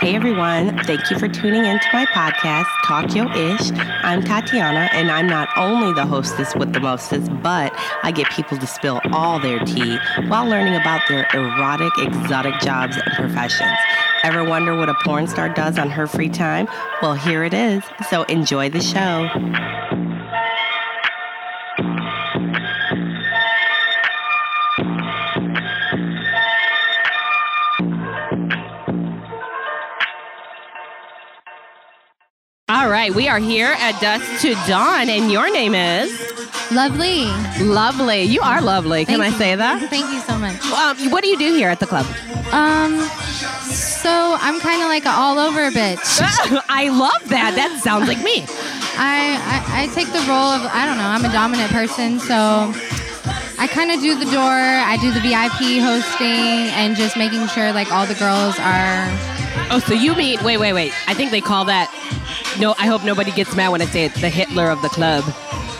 Hey everyone, thank you for tuning in to my podcast, Talk Yo Ish. I'm Tatiana, and I'm not only the hostess with the mostest, but I get people to spill all their tea while learning about their erotic, exotic jobs and professions. Ever wonder what a porn star does on her free time? Well, here it is. So enjoy the show. All right, we are here at Dust to Dawn, and your name is Lovely. Lovely. You are lovely. Can Thank I you. say that? Thank you so much. Um, what do you do here at the club? Um, so I'm kind of like a all over bitch. I love that. That sounds like me. I, I I take the role of I don't know. I'm a dominant person, so I kind of do the door. I do the VIP hosting and just making sure like all the girls are. Oh, so you mean? Wait, wait, wait. I think they call that. No, I hope nobody gets mad when I say it's the Hitler of the club.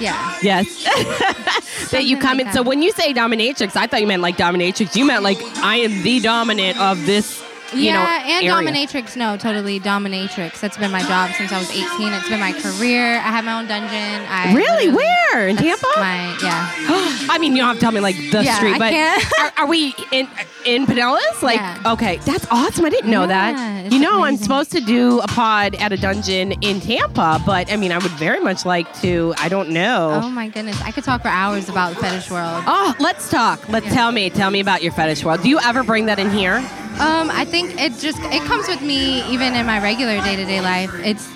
Yeah. Yes. that you Something come like in. So that. when you say dominatrix, I thought you meant like dominatrix. You meant like I am the dominant of this. You yeah, know, and area. dominatrix. No, totally dominatrix. That's been my job since I was 18. It's been my career. I have my own dungeon. I Really? literally- Where in That's Tampa? My yeah. I mean, you don't have to tell me like the Yeah, street, I but can't. are, are we in in Pinellas? Like, Yeah. okay, that's awesome. I didn't know Yeah, that. it's You know, I'm amazing. supposed to do a pod at a dungeon in Tampa, but I mean, I would very much like to. I don't know. Oh my goodness. I could talk for hours about the fetish world. Oh, let's talk. Let us tell me, tell me about your fetish world. Do you ever bring that in here? Um, I think it just it comes with me even in my regular day to day life. It's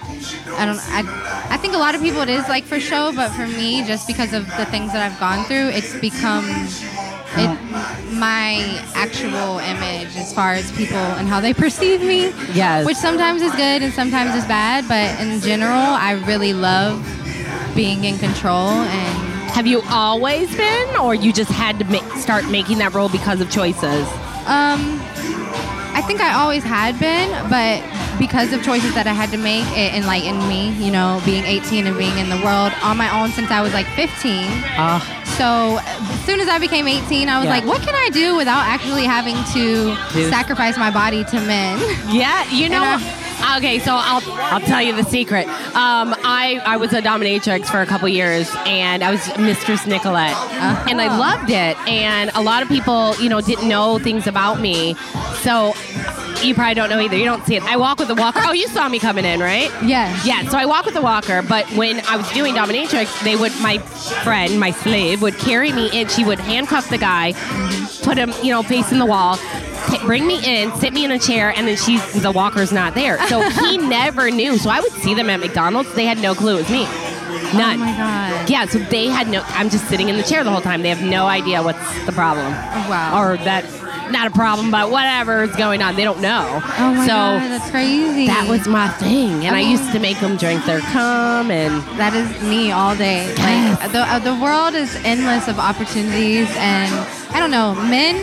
I don't I I think a lot of people it is like for show, but for me, just because of the things that I've gone through, it's become it my actual image as far as people and how they perceive me. Yes. Which sometimes is good and sometimes is bad, but in general, I really love being in control and Have you always been, or you just had to ma- start making that role because of choices? Um, I think I always had been, but because of choices that I had to make, it enlightened me. You know, being 18 and being in the world on my own since I was like 15. Ah, So as soon as I became 18, I was Yeah. like, what can I do without actually having to Dude. sacrifice my body to men? yeah. You know. And okay, so I'll I'll tell you the secret. Um, I I was a dominatrix for a couple years, and I was Mistress Nicolette, and I loved it. And a lot of people, you know, didn't know things about me, so. You probably don't know either. You don't see it. I walk with a walker. Oh, you saw me coming in, right? Yes. Yeah, so I walk with a walker, but when I was doing dominatrix, they would my friend, my slave, would carry me in. She would handcuff the guy, put him, you know, facing the wall, t- bring me in, sit me in a chair, and then she's the walker's not there. So he never knew. So I would see them at McDonald's. They had no clue it was me. None. Oh my God. Yeah, so they had no. I'm just sitting in the chair the whole time. They have no idea what's the problem. Oh, Wow. Or that, not a problem, but whatever is going on, they don't know. Oh my so God, that's crazy. that was my thing, and I, used to make them drink their cum, and That is me all day. Like the uh, the world is endless of opportunities, and I don't know, men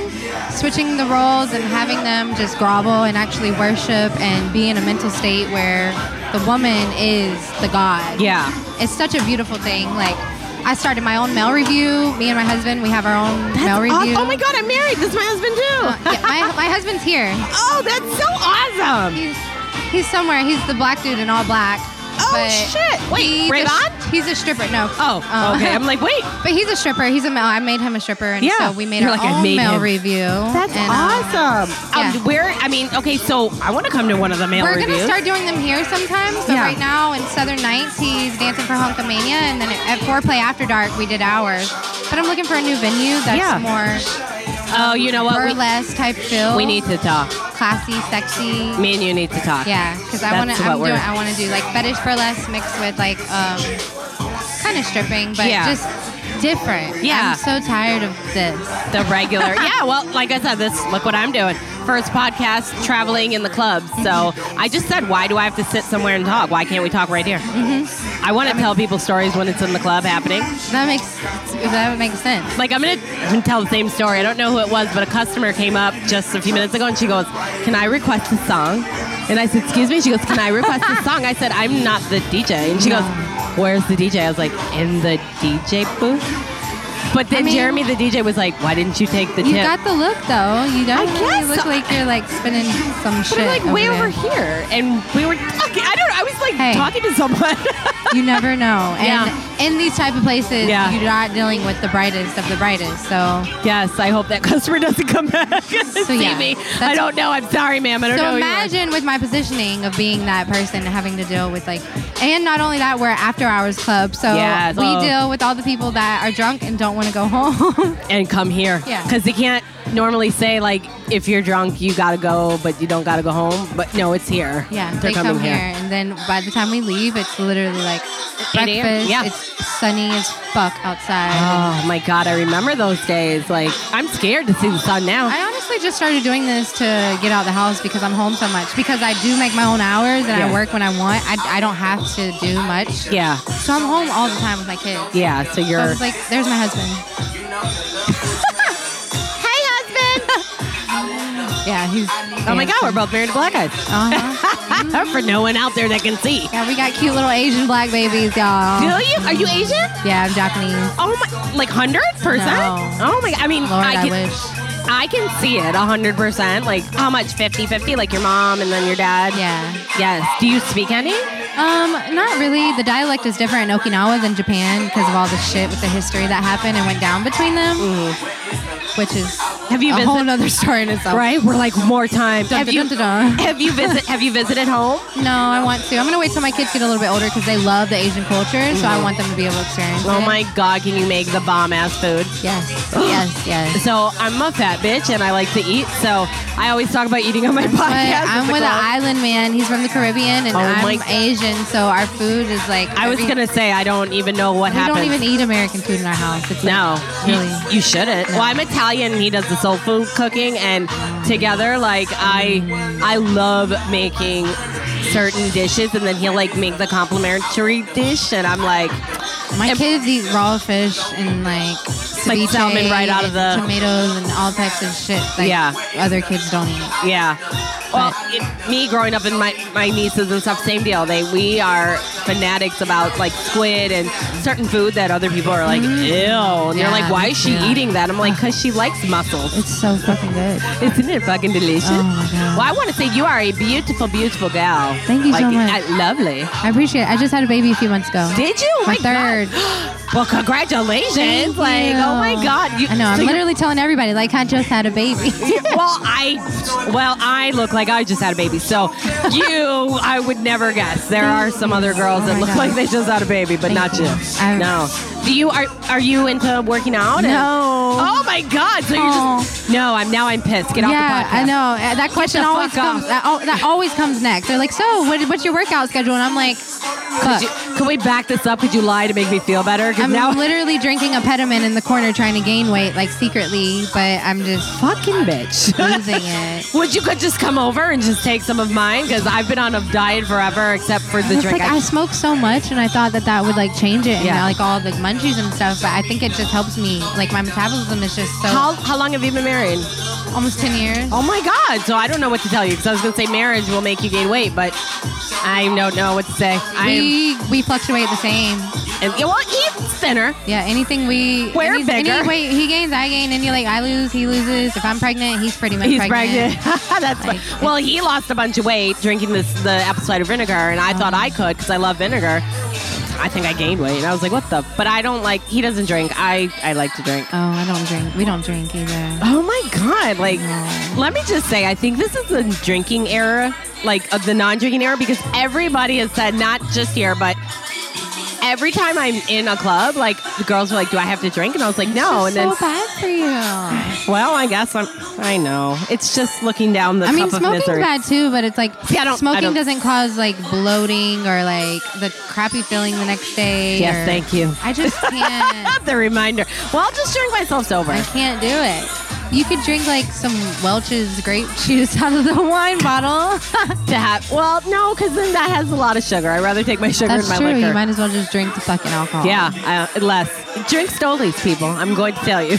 switching the roles and having them just grovel and actually worship and be in a mental state where the woman is the god. Yeah. it's such a beautiful thing. Like I started my own mail review. Me and my husband, we have our own mail review. Oh my god, I'm married. This is my husband Uh, too. yeah, my my husband's here. oh, that's so awesome. He's he's somewhere. He's the black dude in all black. Oh but shit! Wait, he's a- Raybon? he's a stripper. No. Oh, Um, okay. I'm like, wait. But he's a stripper. He's a male. I made him a stripper, and Yeah. so we made You're our like, I own made male him. review. That's and, um, awesome. yeah. Um, where? I mean, okay. So I want to come to one of the male We're reviews. gonna start doing them here sometimes, but Yeah. right now in Southern Nights, he's dancing for Hunkamania, and then at Foreplay After Dark, we did ours. But I'm looking for a new venue that's Yeah. more oh, you know what? We, burlesque type feel. we need to talk. classy, sexy. Me and you need to talk. Yeah, because I That's want to. what I'm we're- doing. I want to do like fetish burlesque mixed with like um, kind of stripping, but Yeah. just different. Yeah. I'm so tired of this. the regular. yeah, well, like I said, this look what I'm doing. First podcast traveling in the club. Mm-hmm. So I just said, why do I have to sit somewhere and talk? Why can't we talk right here? Mm-hmm. I want to tell people stories when it's in the club happening. That makes that makes sense. Like I'm gonna I'm gonna tell the same story. I don't know who it was, but a customer came up just a few minutes ago and she goes, "Can I request a song?" And I said, "Excuse me." She goes, "Can I request a song?" I said, "I'm not the DJ." And she goes, "Where's the DJ?" I was like, "In the DJ booth." But then mean- Jeremy, the DJ, was like, "Why didn't you take the You tip?" got the look though. You don't really guess look so. like you're like spinning some shit. But I'm like way there. over here, and we were talking. I don't. know. I was like Hey. talking to someone. You never know. And Yeah. in these type of places, Yeah. you're not dealing with the brightest of the brightest. So, yes, I hope that customer doesn't come back and see yeah, me. that's- I don't know. I'm sorry, ma'am. I don't know. so who you are. imagine with my positioning of being that person and having to deal with like, and not only that, we're after hours club, so Yes, we oh. deal with all the people that are drunk and don't want to go home. and come here. Yeah. Because they can't normally say like if you're drunk you gotta go, but you don't gotta go home. But no, it's here. yeah, they're they coming come here. and then by the time we leave, it's literally like 8 a.m., breakfast. yeah. It's sunny as fuck outside. Oh my god, I remember those days. Like I'm scared to see the sun now. I honestly just started doing this to get out of the house because I'm home so much. Because I do make my own hours and Yeah. I work when I want. I, I don't have to do much. yeah, So I'm home all the time with my kids. yeah. So So you're it's like, there's my husband. hey, husband! yeah, he's. oh my god, we're both married to black eyes. Uh-huh. For no one out there that can see. Yeah, we got cute little Asian black babies, y'all. Do you? Are you Asian? Yeah, I'm Japanese. Oh my, like hundred percent. No. Oh my, I mean, Lord, I, I can, wish. I can see it hundred percent. Like how much 50-50? Like your mom and then your dad. Yeah. Yes. Do you speak any? Um, not really. The dialect is different in Okinawa than Japan because of all the shit with the history that happened and went down between them, which is Mm-hmm. Have you a been? whole other story in itself. Right? We're like more time. Dun, have dun, you dun, dun, dun. have you visit have you visited home? No, I want to. I'm gonna wait till my kids get a little bit older because they love the Asian culture, so I Mm-hmm. want them to be able to experience. Oh it. my god, can you make the bomb ass food? Yes, yes, yes. So I'm a fat bitch and I like to eat, so I always talk about eating on my podcast. But at I'm the with an club. island man. He's from the Caribbean, and Oh my I'm God. Asian, so our food is like. I was every- gonna say I don't even know what We happened. don't even eat American food in our house. It's No, like, you- really. you, shouldn't. Well, I'm Italian. He does the soul food cooking, and together, like I, I love making certain dishes, and then he'll like make the complimentary dish, and I'm like, My And- kids eat raw fish and like Like ceviche salmon right out of and the- tomatoes and all types of shit. Like Yeah. other kids don't eat. Yeah. Well, it, me growing up and my, my nieces and stuff, same deal. They we are fanatics about like squid and certain food that other people are like, ew. And Mm-hmm. Yeah, they're like, why is she yeah. eating that? I'm like, because she likes mussels. It's so fucking good. Isn't it fucking delicious? Oh, my God. Well, I want to say you are a beautiful, beautiful gal. Thank you so Like, much. I- lovely. I appreciate it. I just had a baby a few months ago. Did you? Oh My God. Well, congratulations. Thank like, you. oh my God. You, I know. so I'm you're- literally telling everybody like I just had a baby. well, I well, I look like I just had a baby. So you, I would never guess. There are some other girls Oh that my look God. like they just had a baby, but Thank not you. you. I'm- no. Do you are are you into working out? and- No. Oh. oh my God! So you're just no. I'm now. I'm pissed. Get yeah, off the podcast. I know. Uh, That question the always fuck comes. off. That, al- that always comes next. They're like, "So, what, what's your workout schedule?" And I'm like, "Fuck, Could you- Can we back this up? Could you lie to make me feel better? 'Cause I'm now literally drinking a pediment in the corner trying to gain weight, like secretly, but I'm just fucking bitch. losing it." Would you could just come over and just take some of mine? Because I've been on a diet forever, except for the It's drink. like I smoke so much, and I thought that that would like change it, and Yeah. like all the munchies and stuff. But I think it just helps me. Like my metabolism is just so how, how long have you been married? almost ten years. Oh my God! So I don't know what to tell you because I was going to say marriage will make you gain weight, but I don't know what to say. I am, we we fluctuate the same. and, yeah, well, eat thinner. Yeah, anything we We're any, any bigger. weight he gains, I gain. Any like I lose, he loses. If I'm pregnant, he's pretty much He's pregnant. pregnant. That's Like, fu- well, he lost a bunch of weight drinking this the apple cider vinegar, and I thought I could because I love vinegar. I think I gained weight, and I was like, "What the?" But I don't like. He doesn't drink. I I like to drink. Oh, I don't drink. We don't drink either. Oh my god! Like, let me just say, I think this is the drinking era, like of the non-drinking era, because everybody has said, not just here, but every time I'm in a club, like the girls were like, "Do I have to drink?" And I was like, "No." It's And then, so bad for you. well, I guess I'm. I know. It's just looking down the I mean, cup of smoking's misery. bad too, but it's like See, I don't- I smoking don't- doesn't cause like bloating or like the crappy feeling the next day. Yes, or- thank you. I just can't. the reminder. Well, I'll just drink myself sober. I can't do it. You could drink like some Welch's grape juice out of the wine bottle. To have, well, no, because then that has a lot of sugar. I'd rather take my sugar That's and my true. liquor. You might as well just drink the fucking alcohol. yeah, uh, less. Drink Stolies, people. I'm going to tell you.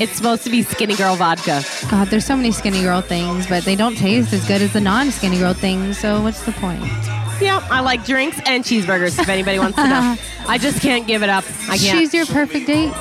It's supposed to be skinny girl vodka. God, there's so many skinny girl things, but they don't taste as good as the non-skinny girl things. So what's the point? Yep, I like drinks and cheeseburgers if anybody wants to know. I just can't give it up. I can't. Choose your perfect date.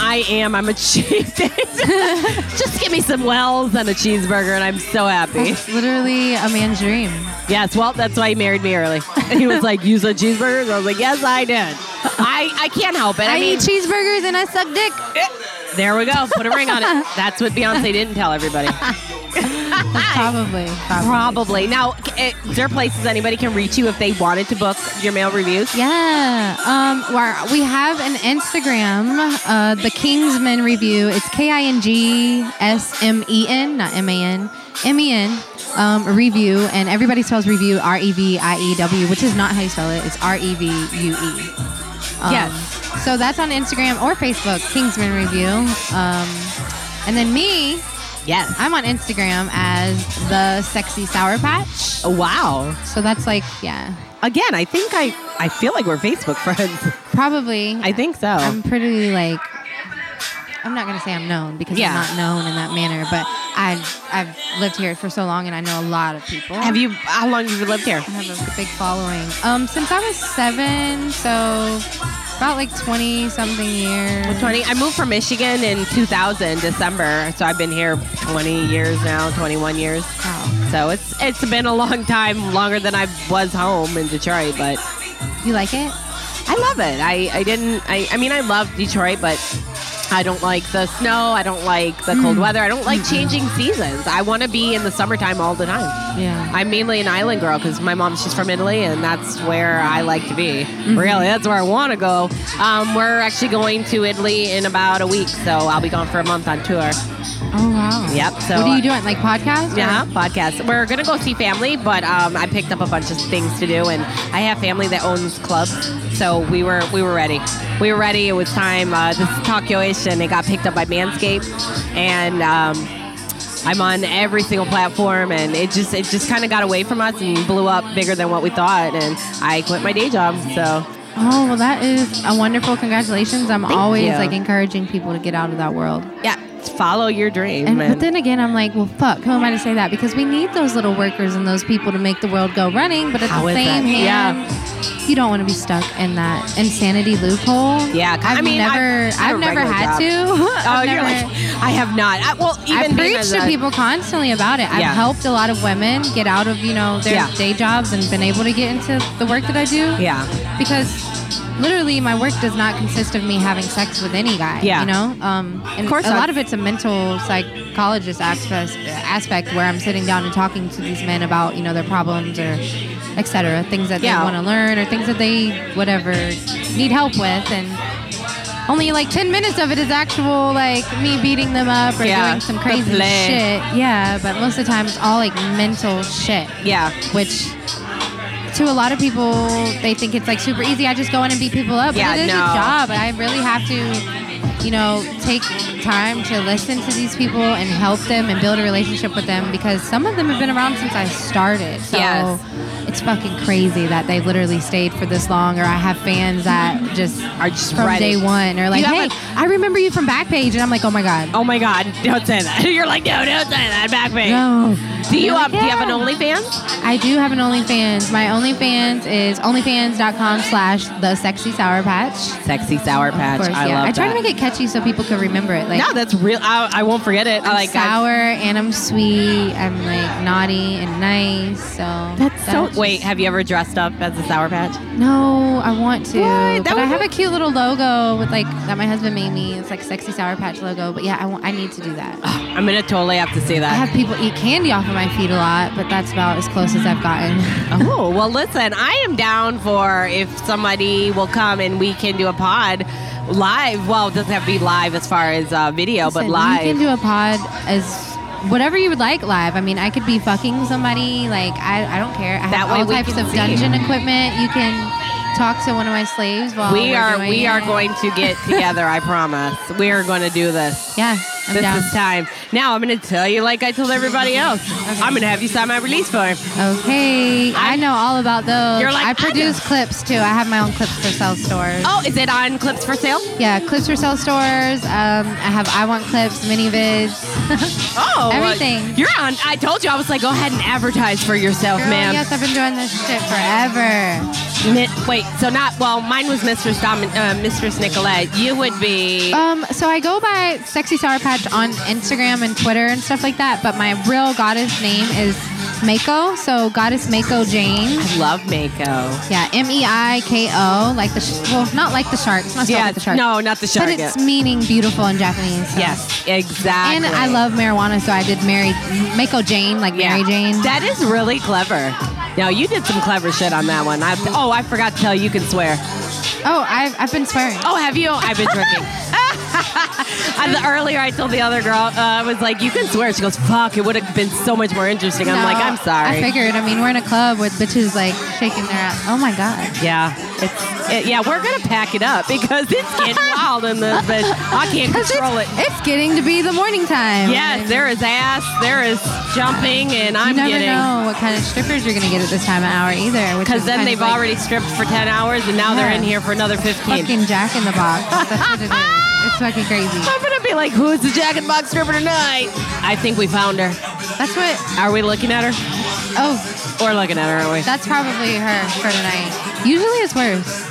I am. I'm a cheese. just give me some Wells and a cheeseburger, and I'm so happy. It's literally a man's dream. Yes, well, that's why he married me early. And he was like, "You said cheeseburgers." I was like, "Yes, I did." I I can't help it. I, I, mean, eat cheeseburgers and I suck dick. There we go. Put a ring on it. That's what Beyonce didn't tell everybody. Probably. Probably. Probably. Now, c- eh, is there places anybody can reach you if they wanted to book your mail reviews? Yeah. Um, where- we have an Instagram, uh, the Kingsman Review. It's K I N G S M E N, not M A N, M E N, um, review. And everybody spells review R E V I E W, which is not how you spell it. It's R E V U E. Um, So that's on Instagram or Facebook, Kingsman Review. Um, and then me, Yes. I'm on Instagram as the Sexy Sour Patch. Wow. So that's like, yeah, Again, I think I I feel like we're Facebook friends. probably. I think so. I'm pretty like I'm not gonna say I'm known because Yeah. I'm not known in that manner, but I've I've lived here for so long and I know a lot of people. have you? How long have you lived here? I have a big following. Um, since I was seven, so about like twenty something years. Twenty. I moved from Michigan in 2000, December. So I've been here 20 years now, 21 years. Wow. So it's it's been a long time, longer than I was home in Detroit, but. You like it? I love it. I, I didn't. I, I mean, I love Detroit, but I don't like the snow. I don't like the cold weather. I don't like changing seasons. I want to be in the summertime all the time. Yeah. I'm mainly an island girl because my mom, she's from Italy, and that's where I like to be. Mm-hmm. Really, that's where I want to go. Um, we're actually going to Italy in about a week, so I'll be gone for a month on tour. Oh wow. Yep, so- what are you doing? Like podcast? or- Yeah, podcast. We're gonna go see family, but um, I picked up a bunch of things to do, and I have family that owns clubs, so we were we were ready. We were ready. It was time. Uh, this is Tokyo-ish, and it got picked up by Manscaped, and. Um, I'm on every single platform, and it just it just kind of got away from us and blew up bigger than what we thought. And I quit my day job, so Oh well, that is a wonderful congratulations. I'm always you. like encouraging people to get out of that world. yeah, follow your dream. And but and- then again, I'm like, well, fuck. Who am I to say that? Because we need those little workers and those people to make the world go running. But at How the is same hand, that? Yeah. you don't want to be stuck in that insanity loophole. Yeah, 'cause I've I mean, never, I've- I've, I have a never regular had job. to. oh, you're like I have not. I, well, e-, even I being preach as to a- people constantly about it. I've Yeah. helped a lot of women get out of you know their Yeah. day jobs and been able to get into the work that I do. Yeah. because literally my work does not consist of me having sex with any guy. Yeah. you know. Um, and course a not. lot of it's a mental psychologist aspect, aspect where I'm sitting down and talking to these men about you know their problems or etc. Things that Yeah. they want to learn or things that they whatever need help with and. Only like ten minutes of it is actual like me beating them up or Yeah, doing some the crazy shit. play. Yeah, but most of the time it's all like mental shit Yeah. which to a lot of people they think it's like super easy. I just go in and beat people up. Yeah, but it is no. a job. I really have to you know, take time to listen to these people and help them and build a relationship with them because some of them have been around since I started. So Yes. it's fucking crazy that they've literally stayed for this long or I have fans that just Are just from ready. day one or like, You have hey, a- I remember you from Backpage. And I'm like, oh my God. Oh my God! Don't say that. You're like, no, don't say that. Back me. No. Do you They're um, like, do you have an yeah. OnlyFans? I do have an OnlyFans. My OnlyFans is onlyfans.com slash the sexy sour patch. Sexy sour patch. Of course, I yeah. love I try that. to make it catchy so people could remember it. Like, No, that's real. I, I won't forget it. I I'm like I- sour and I'm sweet. I'm like naughty and nice. So That's so. just- Wait, have you ever dressed up as a sour patch? no, I want to. What? That But would I have be- a cute little logo with like that my husband made me. It's like sexy sour patch logo. But yeah, I want. I need to do that. I'm gonna totally have to see I that. have people eat candy off of my feet a lot, but that's about as close as I've gotten. oh well, listen, I am down for if somebody will come and we can do a pod live. Well, it doesn't have to be live as far as uh, video, but Listen, live. You can do a pod as whatever you would like live. I mean, I could be fucking somebody. Like I, I don't care. I That have way all we types can of see. dungeon equipment. You can talk to one of my slaves while we Oh, we're are doing we are it. going to get together. I promise. We are going to do this. Yeah, I'm this down. is time. Now I'm going to tell you like I told everybody else. I'm going to have you sign my release form. okay, I, know all about those. You're like, I I produce clips too. I have my own clips for sale stores. Oh, is it on Clips for Sale? Yeah, clips for sale stores. Um, I have I want clips, mini vids. Oh, well, Everything. you're on. I told you. I was like, go ahead and advertise for yourself, Girl, ma'am. Yes, I've been doing this shit forever. Mi- wait, so not well. Mine was Mistress Domin- uh, Mistress Nicolette. You would be. Um, so I go by Sexy Sour Patch on Instagram and Twitter and stuff like that, but my real goddess name is Mako. So Goddess Mako Jane. I love Mako. Yeah, M E I K O, like the sh- well, not like the shark. It's not spelled like the shark. no, not the shark. but it's meaning beautiful in Japanese. so. yes, exactly. And I love marijuana, so I did Mary Mako Jane, like Mary Jane. That is really clever. Now you did some clever shit on that one. I, oh, I forgot to tell you, you can swear. oh, I've, I've been swearing. Oh, have you? I've been drinking. I, the, earlier, I told the other girl, uh, I was like, "You can swear." She goes, "Fuck, it would have been so much more interesting." I'm No, like, "I'm I sorry." figured. I mean, we're in a club with bitches like shaking their ass. Oh my god. yeah, it's it, yeah. We're gonna pack it up because it's getting wild in this bitch. I can't Because control it. it's, it's getting to be the morning time. Yes, there is ass, there is jumping, and I'm You never getting. know what kind of strippers you're going to get at this time of hour either. which Because is then kind they've of like already stripped for 10 hours and now they're Yeah. in here for another 15. fucking Jack in the Box. That's what it is. It's fucking crazy. I'm going to be like, who's the Jack in the Box stripper tonight? I think we found her. That's what. Are we looking at her? Oh, We're looking at her, aren't we? that's probably her for tonight. Usually it's worse.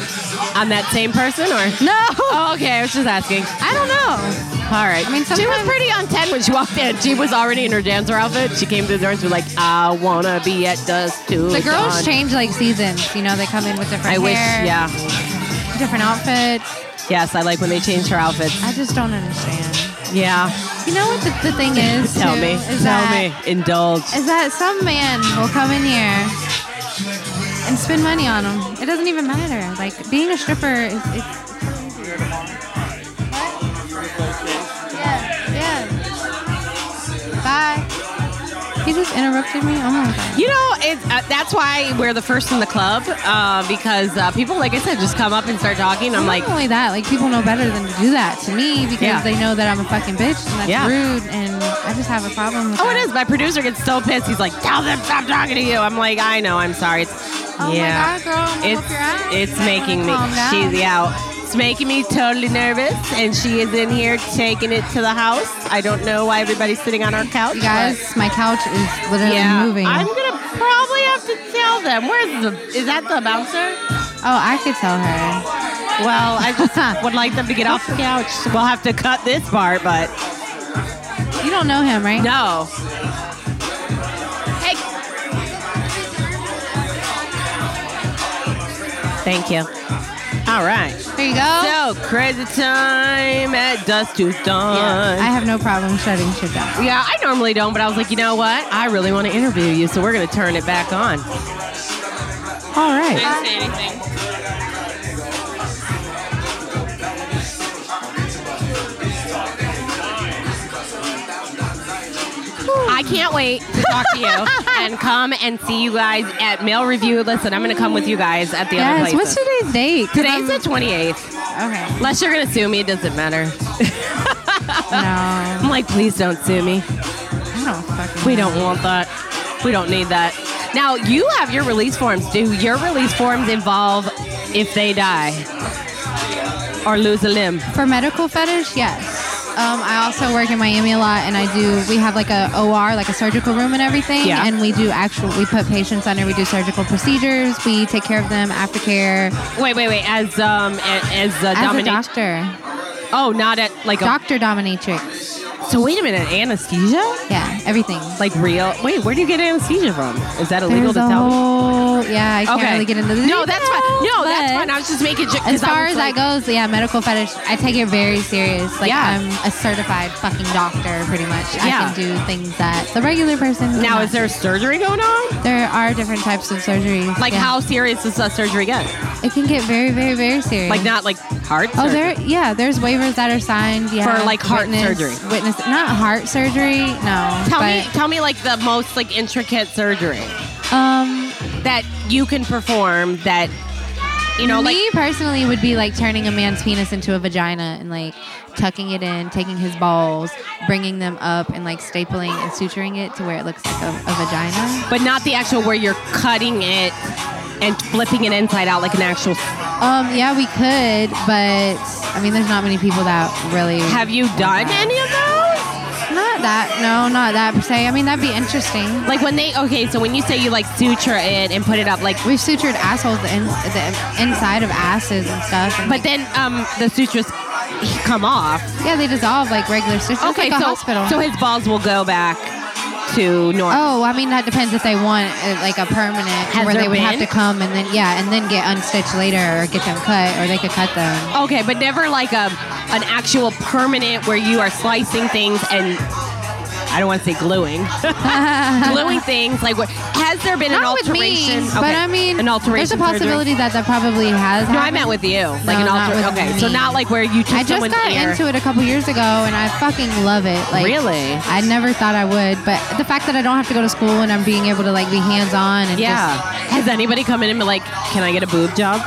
On that same person or? No, Oh, okay. I was just asking. I don't know. All right. I mean, she was sometimes- pretty on 10 when she walked in. She was already in her dancer outfit. She came to the door and she was like, I want to be at dusk too. The It's girls on. change like seasons. You know, they come in with different hair, I wish, yeah. different outfits. Yes, I like when they change her outfits. I just don't understand. Yeah. You know what the, the thing is? Tell too, me. Is Tell that me. Indulge. is that some man will come in here and spend money on them. It doesn't even matter. Like being a stripper is. It's, yeah, yeah. Bye. He just interrupted me. Oh my god. You know, it, uh, that's why we're the first in the club uh, because uh, people, like I said, just come up and start talking. I'm like, Not only that, like people know better than to do that to me because Yeah. they know that I'm a fucking bitch and that's Yeah. rude, and I just have a problem. With oh, that. it is. My producer gets so pissed. He's like, tell them stop talking to you. I'm like, I know. I'm sorry. It's, Oh my yeah. God, girl, I'm gonna whoop your ass. It's, You it's might making me. wanna calm down. She's out. It's making me totally nervous, and she is in here taking it to the house. I don't know why everybody's sitting on our couch. You guys, my couch is but- literally yeah, moving. I'm gonna probably have to tell them. Where's the? Is that the bouncer? oh, I could tell her. Well, I just would like them to get off the couch. We'll have to cut this part, but You don't know him, right? no. Hey. Thank you. All right. There you go. So crazy time at dusk to dawn. I have no problem shutting shit down. Yeah, I normally don't, but I was like, you know what? I really want to interview you, so we're going to turn it back on. All right. I can't wait to talk to you and come and see you guys at Mail Review. Listen, I'm going to come with you guys at the other Yes, what's places. today's date? 'Cause Today's I'm- the 28th. Okay. Unless you're gonna sue me, it doesn't matter. No. I I'm like, please don't sue me. don't fucking. We don't want that. We don't need that. Now you have your release forms. Do your release forms involve if they die or lose a limb? For medical fetish, yes. Um, I also work in Miami a lot, and I do. We have like a OR, like a surgical room and everything, Yeah. and we do actual. We put patients under. We do surgical procedures. We take care of them aftercare. Wait, wait, wait. As um, a- as uh, As a dominate- doctor, Oh, not at like doctor dominatrix. a. So wait a minute, anesthesia? Yeah, everything. Like real? Wait, where do you get anesthesia from? Is that illegal There's to a tell? me? whole- yeah, I can't really get into the No, that's fine. No, that's but fine. I was just making sure. 'cause As far was as like, that goes, yeah, medical fetish, I take it very serious. Like Yeah. I'm a certified fucking doctor, pretty much. Yeah. I can do things that the regular person. Now, cannot. is there surgery going on? There are different types of surgeries. Like, yeah. how serious does that surgery get? it can get very, very, very serious. Like, not like heart Oh, surgery? there. Yeah, there's waivers that are signed. Yeah, For, like, heart witness- surgery. Witness, not heart surgery. No. Tell but, me, tell me, like the most like intricate surgery Um, that you can perform. That you know, me like personally would be like turning a man's penis into a vagina and like tucking it in, taking his balls, bringing them up, and like stapling and suturing it to where it looks like a, a vagina. but not the actual where you're cutting it and flipping it inside out like an actual. Um, yeah, we could, but I mean, there's not many people that really Have you done any of those? not that. No, not that per se. I mean, that'd be interesting. Like when they okay, so when you say you like suture it and put it up, like We've sutured assholes, the, in, the inside of asses and stuff. And but like, then um the sutures come off. yeah, they dissolve like regular sutures, Okay, like a so hospital. so his balls will go back to normal. Oh, I mean that depends if they want uh, like a permanent Has where they there would have been? to come and then yeah, and then get unstitched later or get them cut or they could cut them. Okay, but never like a an actual permanent where you are slicing things and I don't want to say gluing, gluing things. Like, what, has there been an Not with me, alteration? but Okay, I mean, an alteration. There's a surgery? possibility that that probably has. No, I happened. meant with you. No, Like an not alter. with Okay, so me. not like where you took I just someone's got ear. into it a couple years ago and I fucking love it. Like Really? I never thought I would, but the fact that I don't have to go to school and I'm being able to like be hands on and Yeah. just Has anybody come in and been like, "Can I get a boob job?"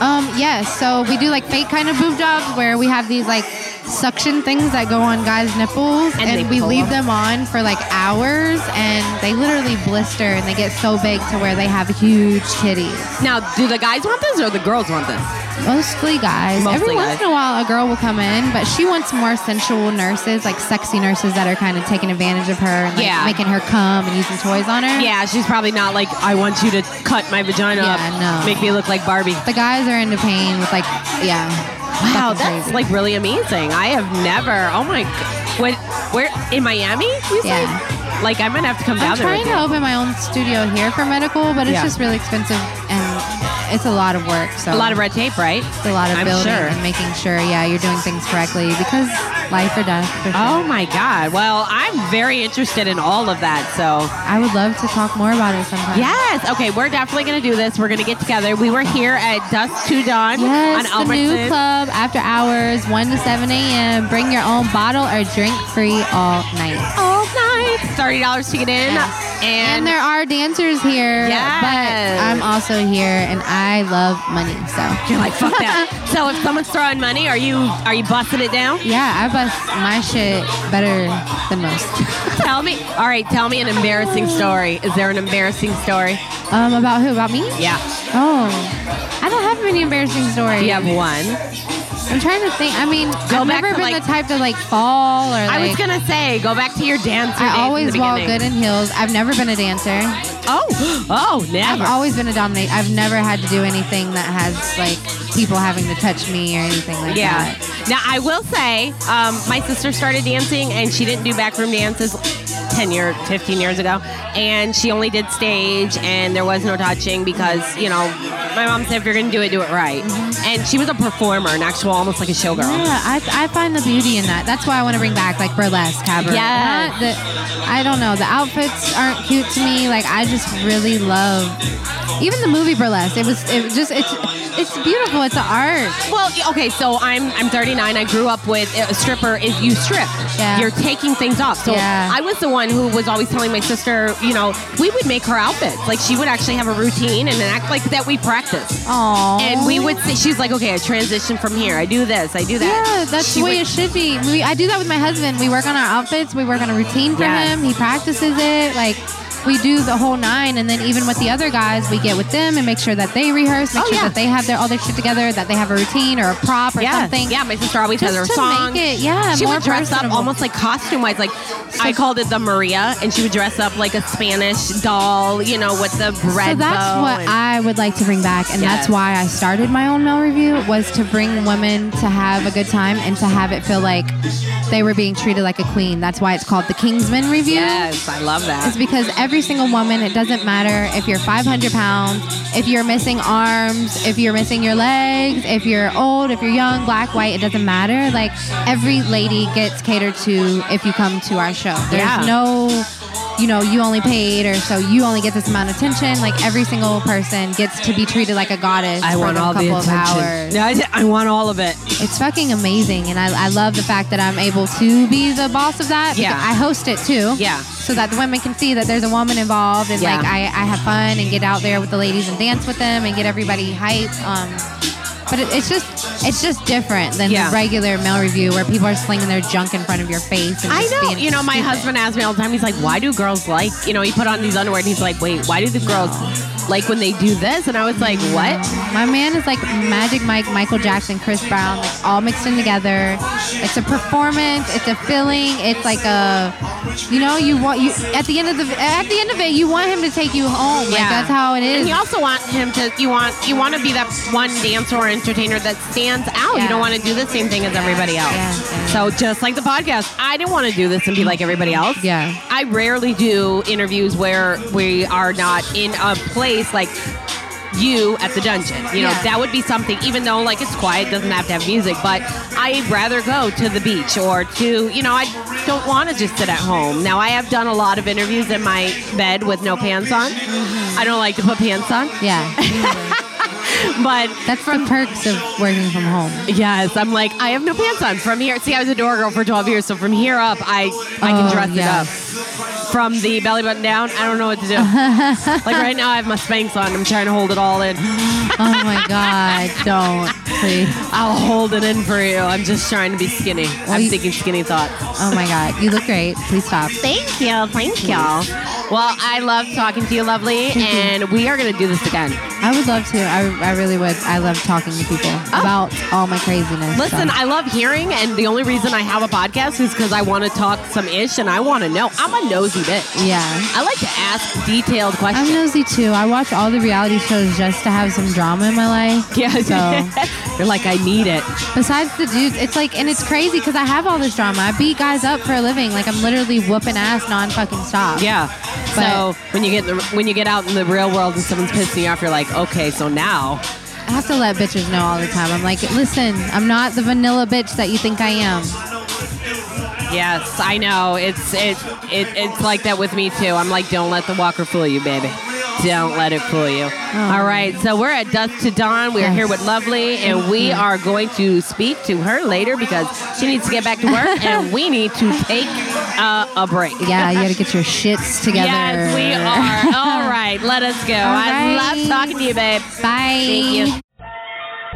Um, yes. So we do like fake kind of boob jobs where we have these like suction things that go on guys' nipples And and, they we pull leave them. them on for like hours and they literally blister and they get so big to where they have huge titties. Now, do the guys want this or the girls want this? Mostly guys. Mostly Every guys. once in a while a girl will come in, but she wants more sensual nurses, like sexy nurses that are kind of taking advantage of her and like Yeah. making her come and using toys on her. Yeah, she's probably not like, "I want you to cut my vagina Yeah, up, no. make me look like Barbie." The guys are into pain with like yeah. Wow, Fucking Oh, that's crazy. like really amazing. I have never. Oh my, g- what? Where in Miami? You said? Yeah. Like I'm gonna have to come down I'm there. trying With to you. open my own studio here for medical, but it's Yeah. just really expensive and it's a lot of work. So A lot of red tape, right? it's a lot of I'm building sure. and making sure, yeah, you're doing things correctly because life or death. For sure. Oh my God! Well, I'm very interested in all of that. So I would love to talk more about it sometime. yes, okay, we're definitely gonna do this. We're gonna get together. We were here at Dusk to Dawn Yes, the on new Elmerton. club after hours, 1 to 7 a.m. Bring your own bottle or drink free all night. all night. Thirty dollars to get in, Yes. and, And there are dancers here, Yes. but I'm also here and I love money. So, you're like fuck that. so if someone's throwing money, are you are you busting it down? yeah, I bust my shit better than most. tell me. All right, tell me an embarrassing story. Is there an embarrassing story? Um, about who? About me? Yeah. Oh, I don't have many embarrassing stories. You have one. I'm trying to think. I mean, Go I've back never to, been like- the type to like fall or like. I was gonna say, go back to your dancing. days I in always the walk beginning. good in heels. I've never been a dancer. oh, oh, I've never. always been a dominate. I've never had to do anything that has like people having to touch me or anything like yeah. that. Now I will say, um, my sister started dancing, and she didn't do backroom dances. 10 year 15 years ago and she only did stage and there was no touching because you know my mom said if you're gonna do it do it right and she was a performer an actual almost like a showgirl Yeah, I, I find the beauty in that. That's why I want to bring back like burlesque cabaret. Yes. Not the, I don't know. The outfits aren't cute to me. Like I just really love even the movie burlesque. It was it just it's it's beautiful. It's an art. Well, y- okay, so I'm I'm 39. I grew up with uh, a stripper. Is you strip, Yeah. you're taking things off. So Yeah. I was the one who was always telling my sister, you know, we would make her outfits. Like she would actually have a routine and then act like that we practiced practice. Aww. And we Oh. would say, she's like, okay, I transition from here. I do this, I do that. Yeah, that's She the way would- it should be. We, I do that with my husband. We work on our outfits. We work on a routine for Yes. him. He practices it. Like we do the whole nine, and then even with the other guys, we get with them and make sure that they rehearse, make Oh, sure yeah. that they have their all their shit together, that they have a routine or a prop or yeah, something. yeah. My sister always has Just her to song. make it, yeah, she more would dress up personable. almost like costume wise. Like I called it the Maria, and she would dress up like a Spanish doll, you know, with the bread. So that's bow what and- I would like to bring back, and Yes. that's why I started my own mail review was to bring women to have a good time and to have it feel like they were being treated like a queen. That's why it's called the Kingsman review. Yes, I love that. It's because every single woman, it doesn't matter if you're 500 pounds, if you're missing arms, if you're missing your legs, if you're old, if you're young, black, white, it doesn't matter. Like every lady gets catered to if you come to our show. There's Yeah. no, you know, you only paid or so you only get this amount of attention. Like every single person gets to be treated like a goddess. I for want a all the couple of attention. hours. Yeah, I, d- I want all of it. It's fucking amazing, and I, I love the fact that I'm able to be the boss of that. Yeah. because I host it too. Yeah. so that the women can see that there's a woman involved, and Yeah. like I, I have fun and get out there with the ladies and dance with them and get everybody hyped. Um, but it, it's just it's just different than Yeah. the regular male review where people are slinging their junk in front of your face. And I just know. being You know, my stupid. husband asks me all the time. He's like, "Why do girls like?" You know, he put on these underwear and he's like, "Wait, why do the girls like when they do this?" And I was like, "What?" My man is like Magic Mike, Michael Jackson, Chris Brown, like all mixed in together. It's a performance. It's a feeling. It's like a, you know, you want you at the end of the at the end of it, you want him to take you home. Like that's how it And is. you also want him to. You want you want to be that one dancer or entertainer that stands out. You Yeah. don't want to do the same thing as everybody else. Yeah. So just like the podcast, I didn't want to do this and be like everybody else. Yeah. I rarely do interviews where we are not in a place like you at the dungeon. You know, Yeah. that would be something, even though like it's quiet, doesn't have to have music, but I'd rather go to the beach or to, you know, I don't want to just sit at home. Now, I have done a lot of interviews in my bed with no pants on. Mm-hmm. I don't like to put pants on, Yeah, but that's the perks of working from home. Yes, I'm like I have no pants on from here. See, I was a door girl for 12 years, so from here up, I I can Oh, dress yeah. it up. From the belly button down, I don't know what to do. like right now, I have my Spanx on. I'm trying to hold it all in. Oh my God, don't please. I'll hold it in for you. I'm just trying to be skinny. I'm you- thinking skinny thoughts. Oh my God, you look great. Please stop. Thank you, thank you. Well, I love talking to you, lovely, and we are going to do this again. I would love to. I, I really would. I love talking to people about all my craziness. Oh. Listen, so. I love hearing, and the only reason I have a podcast is because I want to talk some ish, and I want to know. I'm a nosy bitch. yeah. I like to ask detailed questions. I'm nosy too. I watch all the reality shows just to have some drama in my life. yeah, So you're like, I need it. besides the dudes, it's like, and it's crazy because I have all this drama. I beat guys up for a living. Like I'm literally whooping ass non fucking stop. Yeah. But- so when you get the, when you get out in the real world and someone's pissing you off, you're like, okay, so now I have to let bitches know all the time. I'm like, listen, I'm not the vanilla bitch that you think I am. Yes, I know. It's it, it it's like that with me too. I'm like, don't let the walker fool you, baby. Don't let it fool you. All right, so we're at dusk to dawn. We're Yes. here with Lovely, and we are going to speak to her later because she needs to get back to work, and we need to take uh, a break. Yeah, you got to get your shits together. Yes, we are. All right, let us go. I right. love talking to you, babe. Bye. Thank you.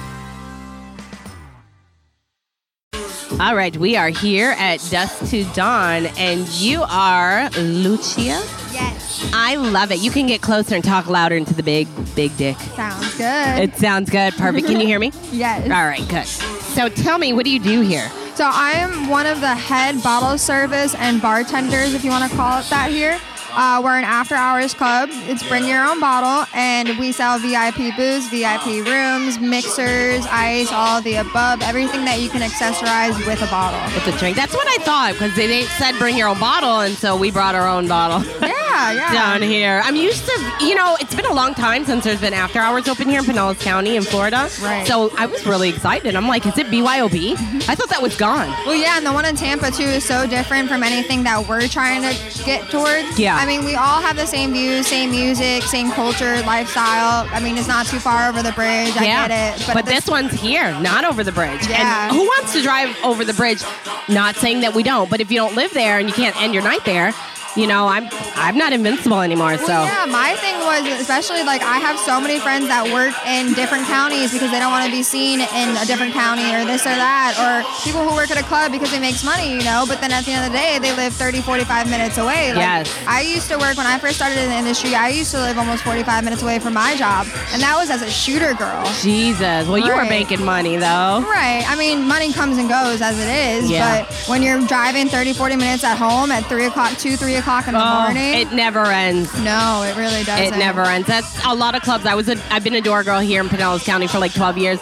All right, we are here at Dusk to Dawn, and you are Lucia. Yes. I love it. You can get closer and talk louder into the big, big dick. Sounds good. It sounds good. Perfect. Can you hear me? yes. All right, good. So tell me, what do you do here? So I am one of the head bottle service and bartenders, if you want to call it that here. Uh, we're an after hours club. It's bring your own bottle, and we sell VIP booze, VIP rooms, mixers, ice, all of the above, everything that you can accessorize with a bottle. With the drink? That's what I thought because they, they said bring your own bottle, and so we brought our own bottle Yeah, yeah. down here. I'm used to, you know, it's been a long time since there's been after hours open here in Pinellas County in Florida. Right. Mm-hmm. So I was really excited. I'm like, is it BYOB? I thought that was gone. Well, yeah, and the one in Tampa too is so different from anything that we're trying to get towards. Yeah. I mean, we all have the same views, same music, same culture, lifestyle. I mean, it's not too far over the bridge. I get it. But, this, one's here, not over the bridge. Yeah. And who wants to drive over the bridge? Not saying that we don't, but if you don't live there and you can't end your night there, you know, I'm I'm not invincible anymore. So Well, yeah, my thing was especially like I have so many friends that work in different counties because they don't want to be seen in a different county or this or that or people who work at a club because it makes money, you know, but then at the end of the day they live 30 45 minutes away. Like, Yes. I used to work when I first started in the industry. I used to live almost 45 minutes away from my job and that was as a shooter girl. Jesus. Well, you are Right. making money though. Right. I mean, money comes and goes as it is, Yeah. but when you're driving 30, 40 minutes at home at 3 o'clock, 2, 3 o'clock in the Oh, morning, it never ends. no, it really doesn't. It never ends. That's a lot of clubs. I was a, I've been a door girl here in Pinellas County for like 12 years.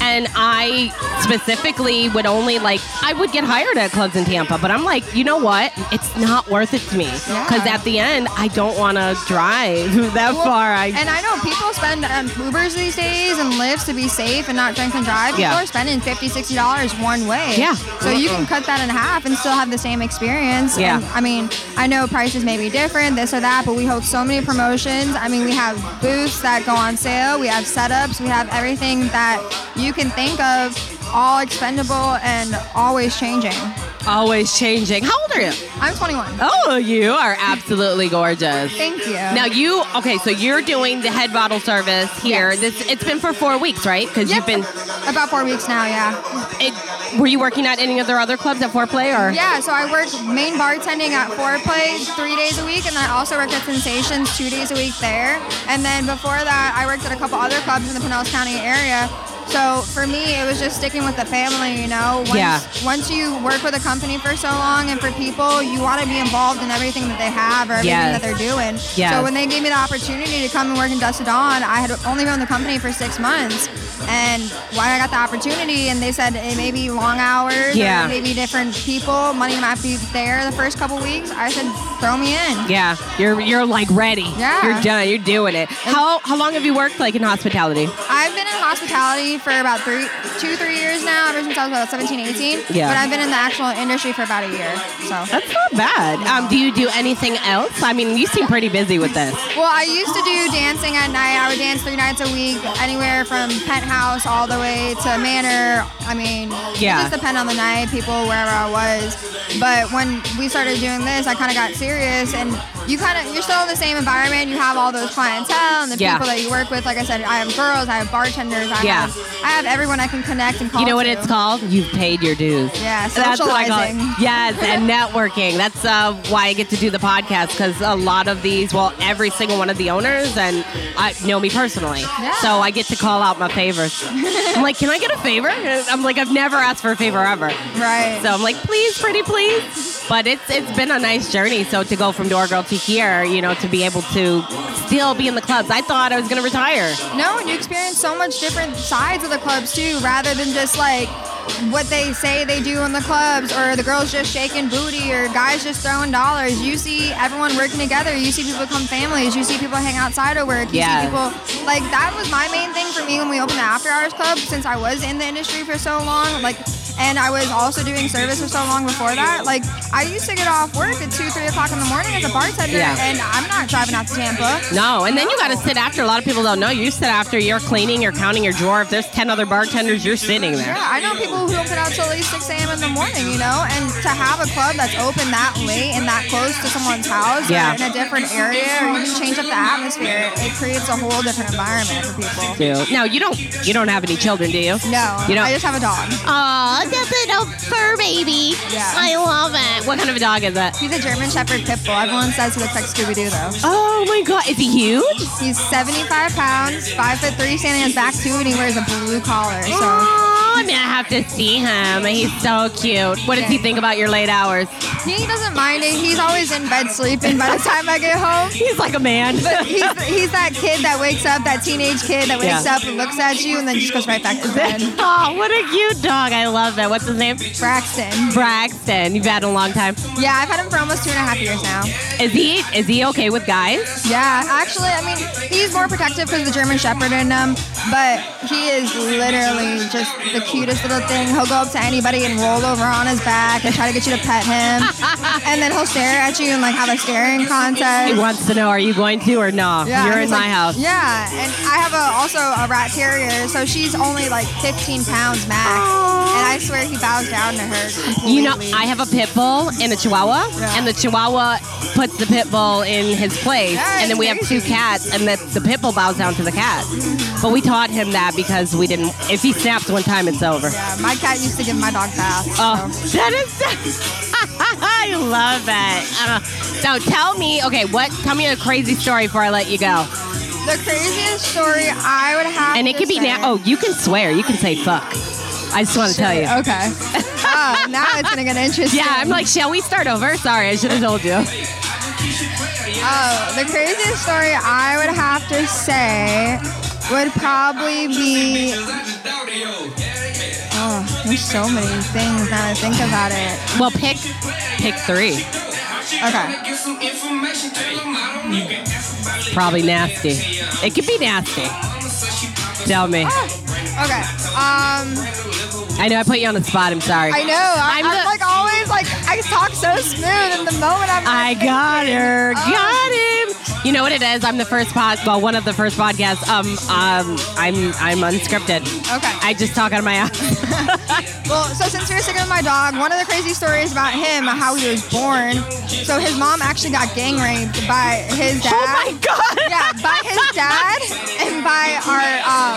And I specifically would only like I would get hired at clubs in Tampa, but I'm like, you know what? It's not worth it to me because Yeah. at the end I don't want to drive that Well, far. I and I know people spend um, Ubers these days and Lyfts to be safe and not drink and drive. People Yeah. are spending 50 dollars one way. Yeah. So you can cut that in half and still have the same experience. Yeah. And, I mean, I know prices may be different, this or that, but we hold so many promotions. I mean, we have booths that go on sale. We have setups. We have everything that you can think of. All expendable and always changing. always changing. How old are you? I'm 21. Oh, you are absolutely gorgeous. Thank you. Now you okay? So you're doing the head bottle service here. Yes. This it's been for four weeks, right? Because Yep. you've been. about four weeks now. Yeah. It, were you working at any of their other clubs at Foreplay or? Yeah, so I work main bartending at Foreplay three days a week, and then I also work at Sensations two days a week there. And then before that, I worked at a couple other clubs in the Pinellas County area. So for me, it was just sticking with the family, you know. Once, Yeah. Once you work with a company for so long, and for people, you want to be involved in everything that they have or everything Yes. that they're doing. Yes. So when they gave me the opportunity to come and work in Dust to Dawn, I had only been with the company for six months, and when I got the opportunity, and they said it may be long hours, or Yeah. it may be different people. Money might be there the first couple weeks. I said, throw me in. Yeah, you're you're like ready. Yeah. you're done. You're doing it. How how long have you worked like in hospitality? I've been in hospitality for about three, two, three years now, ever since I was about 17, 18. Yeah. But I've been in the actual industry for about a year. So. That's not bad. Um, do you do anything else? I mean, you seem pretty busy with this. Well, I used to do dancing at night. I would dance three nights a week, anywhere from penthouse all the way to manor. I mean, Yeah. it just depend on the night, people, wherever I was. But when we started doing this, I kind of got serious, and you kind of you're still in the same environment. You have all those clientele and the Yeah. people that you work with. Like I said, I have girls, I have bartenders, I Yeah. have I have everyone I can connect and call. You know what to. it's called? You've paid your dues. Yeah, That's what I call it. socializing. Yes, and networking. That's uh, why I get to do the podcast because a lot of these, well, every single one of the owners and I know me personally, Yeah. so I get to call out my favors. I'm like, can I get a favor? I'm like, I've never asked for a favor ever. Right. So I'm like, please, pretty please. But it's it's been a nice journey. So to go from door girl to here, you know, to be able to still be in the clubs. I thought I was gonna retire. No, and you experience so much different sides of the clubs too, rather than just like what they say they do in the clubs, or the girls just shaking booty, or guys just throwing dollars. You see everyone working together. You see people become families. You see people hang outside of work. You Yeah. see people like that was my main thing for me when we opened the After Hours Club, since I was in the industry for so long. Like. And I was also doing service for so long before that. Like, I used to get off work at 2, 3 o'clock in the morning as a bartender, Yeah. and I'm not driving out to Tampa. No, and then you got to sit after. A lot of people don't know. You sit after. You're cleaning. You're counting your drawer. If there's ten other bartenders, you're sitting there. Yeah, I know people who don't get out till at least 6 a.m. in the morning, you know? And to have a club that's open that late and that close to someone's house Yeah. or in a different area or even change up the atmosphere, it creates a whole different environment for people. Now you don't you don't have any children, do you? No, You know. I just have a dog. Aw, end up in a fur baby. Yeah. I love it. What kind of a dog is that? He's a German Shepherd pit bull. Everyone says he looks like Scooby Doo though. Oh my god, is he huge? He's 75 pounds, five foot three, standing on his back too, and he wears a blue collar. So Oh, I'm gonna have to see him. He's so cute. What does he think about your late hours? he doesn't mind it. He's always in bed sleeping by the time I get home. He's like a man. But he's, he's that kid that wakes up, that teenage kid that wakes Yeah. up and looks at you and then just goes right back to bed. oh, what a cute dog. I love that. What's his name? Braxton. Braxton. You've had him a long time. Yeah, I've had him for almost two and a half years now. Is he is he okay with guys? Yeah, actually, I mean, he's more protective because the German Shepherd in him, but he is literally just the cutest little thing. He'll go up to anybody and roll over on his back and try to get you to pet him. and then he'll stare at you and like have a staring contest. He wants to know, are you going to or no? You're and in he's my like- house. Yeah, and I have a, also a rat terrier, so she's only like 15 pounds max, and I swear he bows down to her. You know, completely. I have a pit bull and a chihuahua, Yeah. and the chihuahua puts the pit bull in his place. Yeah, and then we have it's two cats, and the, the pit bull bows down to the cat. But we taught him that because we didn't, if he snaps one time, it's over. Yeah, my cat used to give my dog baths. Oh, so. that is. I love it. Now tell me, okay, what? Tell me a crazy story before I let you go. The craziest story I would have, And it to could be say- now. Oh, you can swear. You can say fuck. I just want to tell you. Okay. oh, now it's gonna get interesting. Yeah, I'm like, shall we start over? Sorry, I should have told you. Oh, the craziest story I would have to say would probably be. Oh, there's so many things now that I think about it. Well, pick, pick three. Okay. Probably nasty. It could be nasty. Tell me. Okay. Um, I know I put you on the spot. I'm sorry. I know. I, I'm am the- like always like I talk so smooth, and the moment I'm. I got her. Got him. You know what it is? I'm the first pod. Well, one of the first podcasts. Um, um, I'm I'm unscripted. Okay. I just talk out of my ass. Well, so since we were sticking with my dog, one of the crazy stories about him, how he was born. So his mom actually got gang raped by his dad. Oh my god. Yeah, by his dad and by our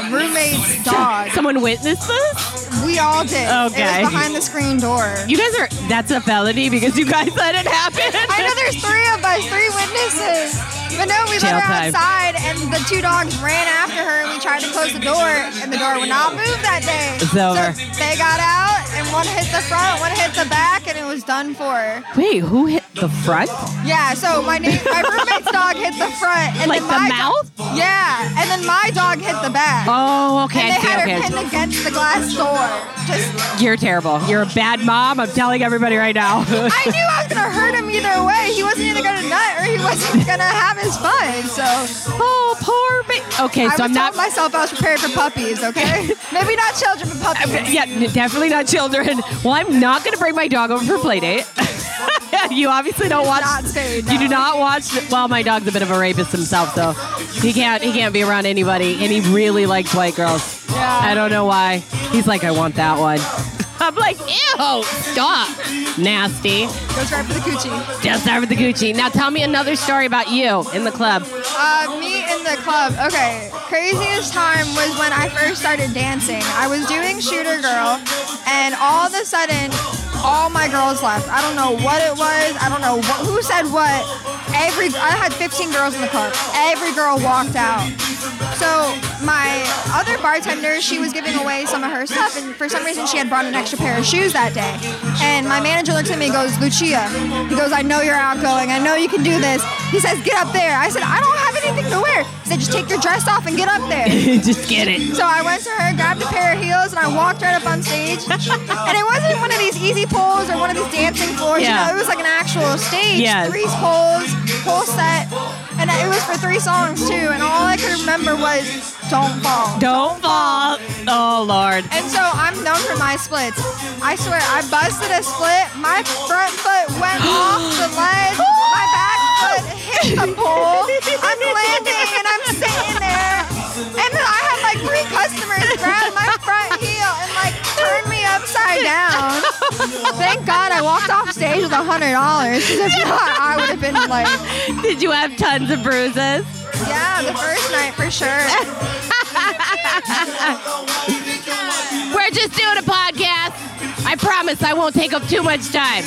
um, roommate's dog. Someone witnessed this. We all did. Okay. It was behind the screen door. You guys are. That's a felony because you guys let it happen. I know there's three of us, three witnesses. But no, we Jail let her time. outside, and the two dogs ran after her, and we tried to close the door, and the door would not move that day. It's over. So they got out, and one hit the front, one hit the back, and it was done for. Wait, who hit the front? Yeah. So my name, my roommate's dog hit the front, and Like then the my mouth? yeah, and then my dog hit the back. Oh, okay. And they I see, had okay. her pinned against the glass door. Just, You're terrible. You're a bad mom. I'm telling everybody right now. I knew I was gonna hurt him either way. He wasn't either gonna nut or he wasn't gonna have his fun. So oh, poor me. Okay, I so was I'm not. told myself I was prepared for puppies, okay? Maybe not children, but puppies. yeah, n- definitely not children. Well, I'm not going to bring my dog over for play date. you obviously don't watch. not spayed, You do no. not watch. Well, my dog's a bit of a rapist himself, so he can't. He can't be around anybody, and he really likes white girls. Yeah. I don't know why. He's like, I want that one. I'm like, ew, stop, nasty. Goes right for the coochie. Just start with the Gucci. Now tell me another story about you in the club. Uh, me in the club. Okay, craziest time was when I first started dancing. I was doing Shooter Girl, and all of a sudden, all my girls left. I don't know what it was. I don't know what, who said what. Every I had 15 girls in the club. Every girl walked out. So my other bartender, she was giving away some of her stuff, and for some reason she had brought an extra pair of shoes that day. And my manager looks at me and goes, Lucia, he goes, I know you're outgoing. I know you can do this. He says, get up there. I said, I don't have anything to wear. He said, just take your dress off and get up there. Just get it. So I went to her, grabbed a pair of heels, and I walked right up on stage. And it wasn't one of these easy poles or one of these dancing floors. Yeah. You know, it was like an actual stage. Yes. Three poles, whole set. And it was for three songs, too. And all I could remember was, don't fall. Don't fall. Oh Lord. And so I'm known for my splits. I swear, I busted a split. My front foot went off the ledge. My back foot hit the pole. I'm landing and I'm sitting there. And then I had like three customers grab my front heel and like turn me upside down. Thank God I walked off stage with a hundred dollars. Because if not, I would have been like, Did you have tons of bruises? yeah, the first night for sure. We're just doing a podcast. I promise I won't take up too much time.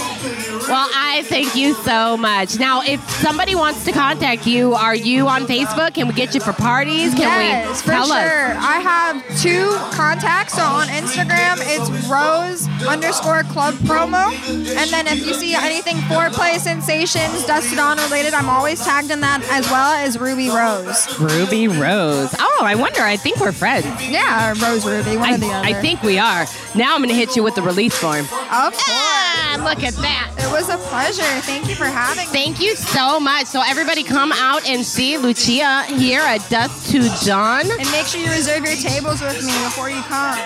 Well, I thank you so much. Now, if somebody wants to contact you, are you on Facebook? Can we get you for parties? Can yes, we for tell sure. us? I have two contacts. So on Instagram, it's Rose underscore Club Promo, and then if you see anything foreplay sensations, Dusted On related, I'm always tagged in that as well as Ruby Rose. Ruby Rose. Oh, I wonder. I think we're friends. Yeah, or Rose Ruby, one I, or the other. I think we are. Now I'm going to hit you with the release form. Of course. Ah, look at that. It was a pleasure. Thank you for having me. Thank you so much. So everybody come out and see Lucia here at Dusk to Dawn. And make sure you reserve your tables with me before you come.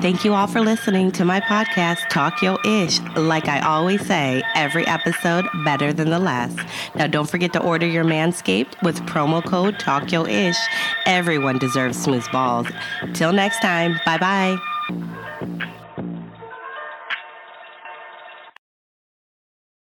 Thank you all for listening to my podcast, Talk Yo Ish. Like I always say, every episode better than the last. Now, don't forget to order your Manscaped with promo code Talk Yo Ish. Everyone deserves smooth balls. Till next time, bye bye.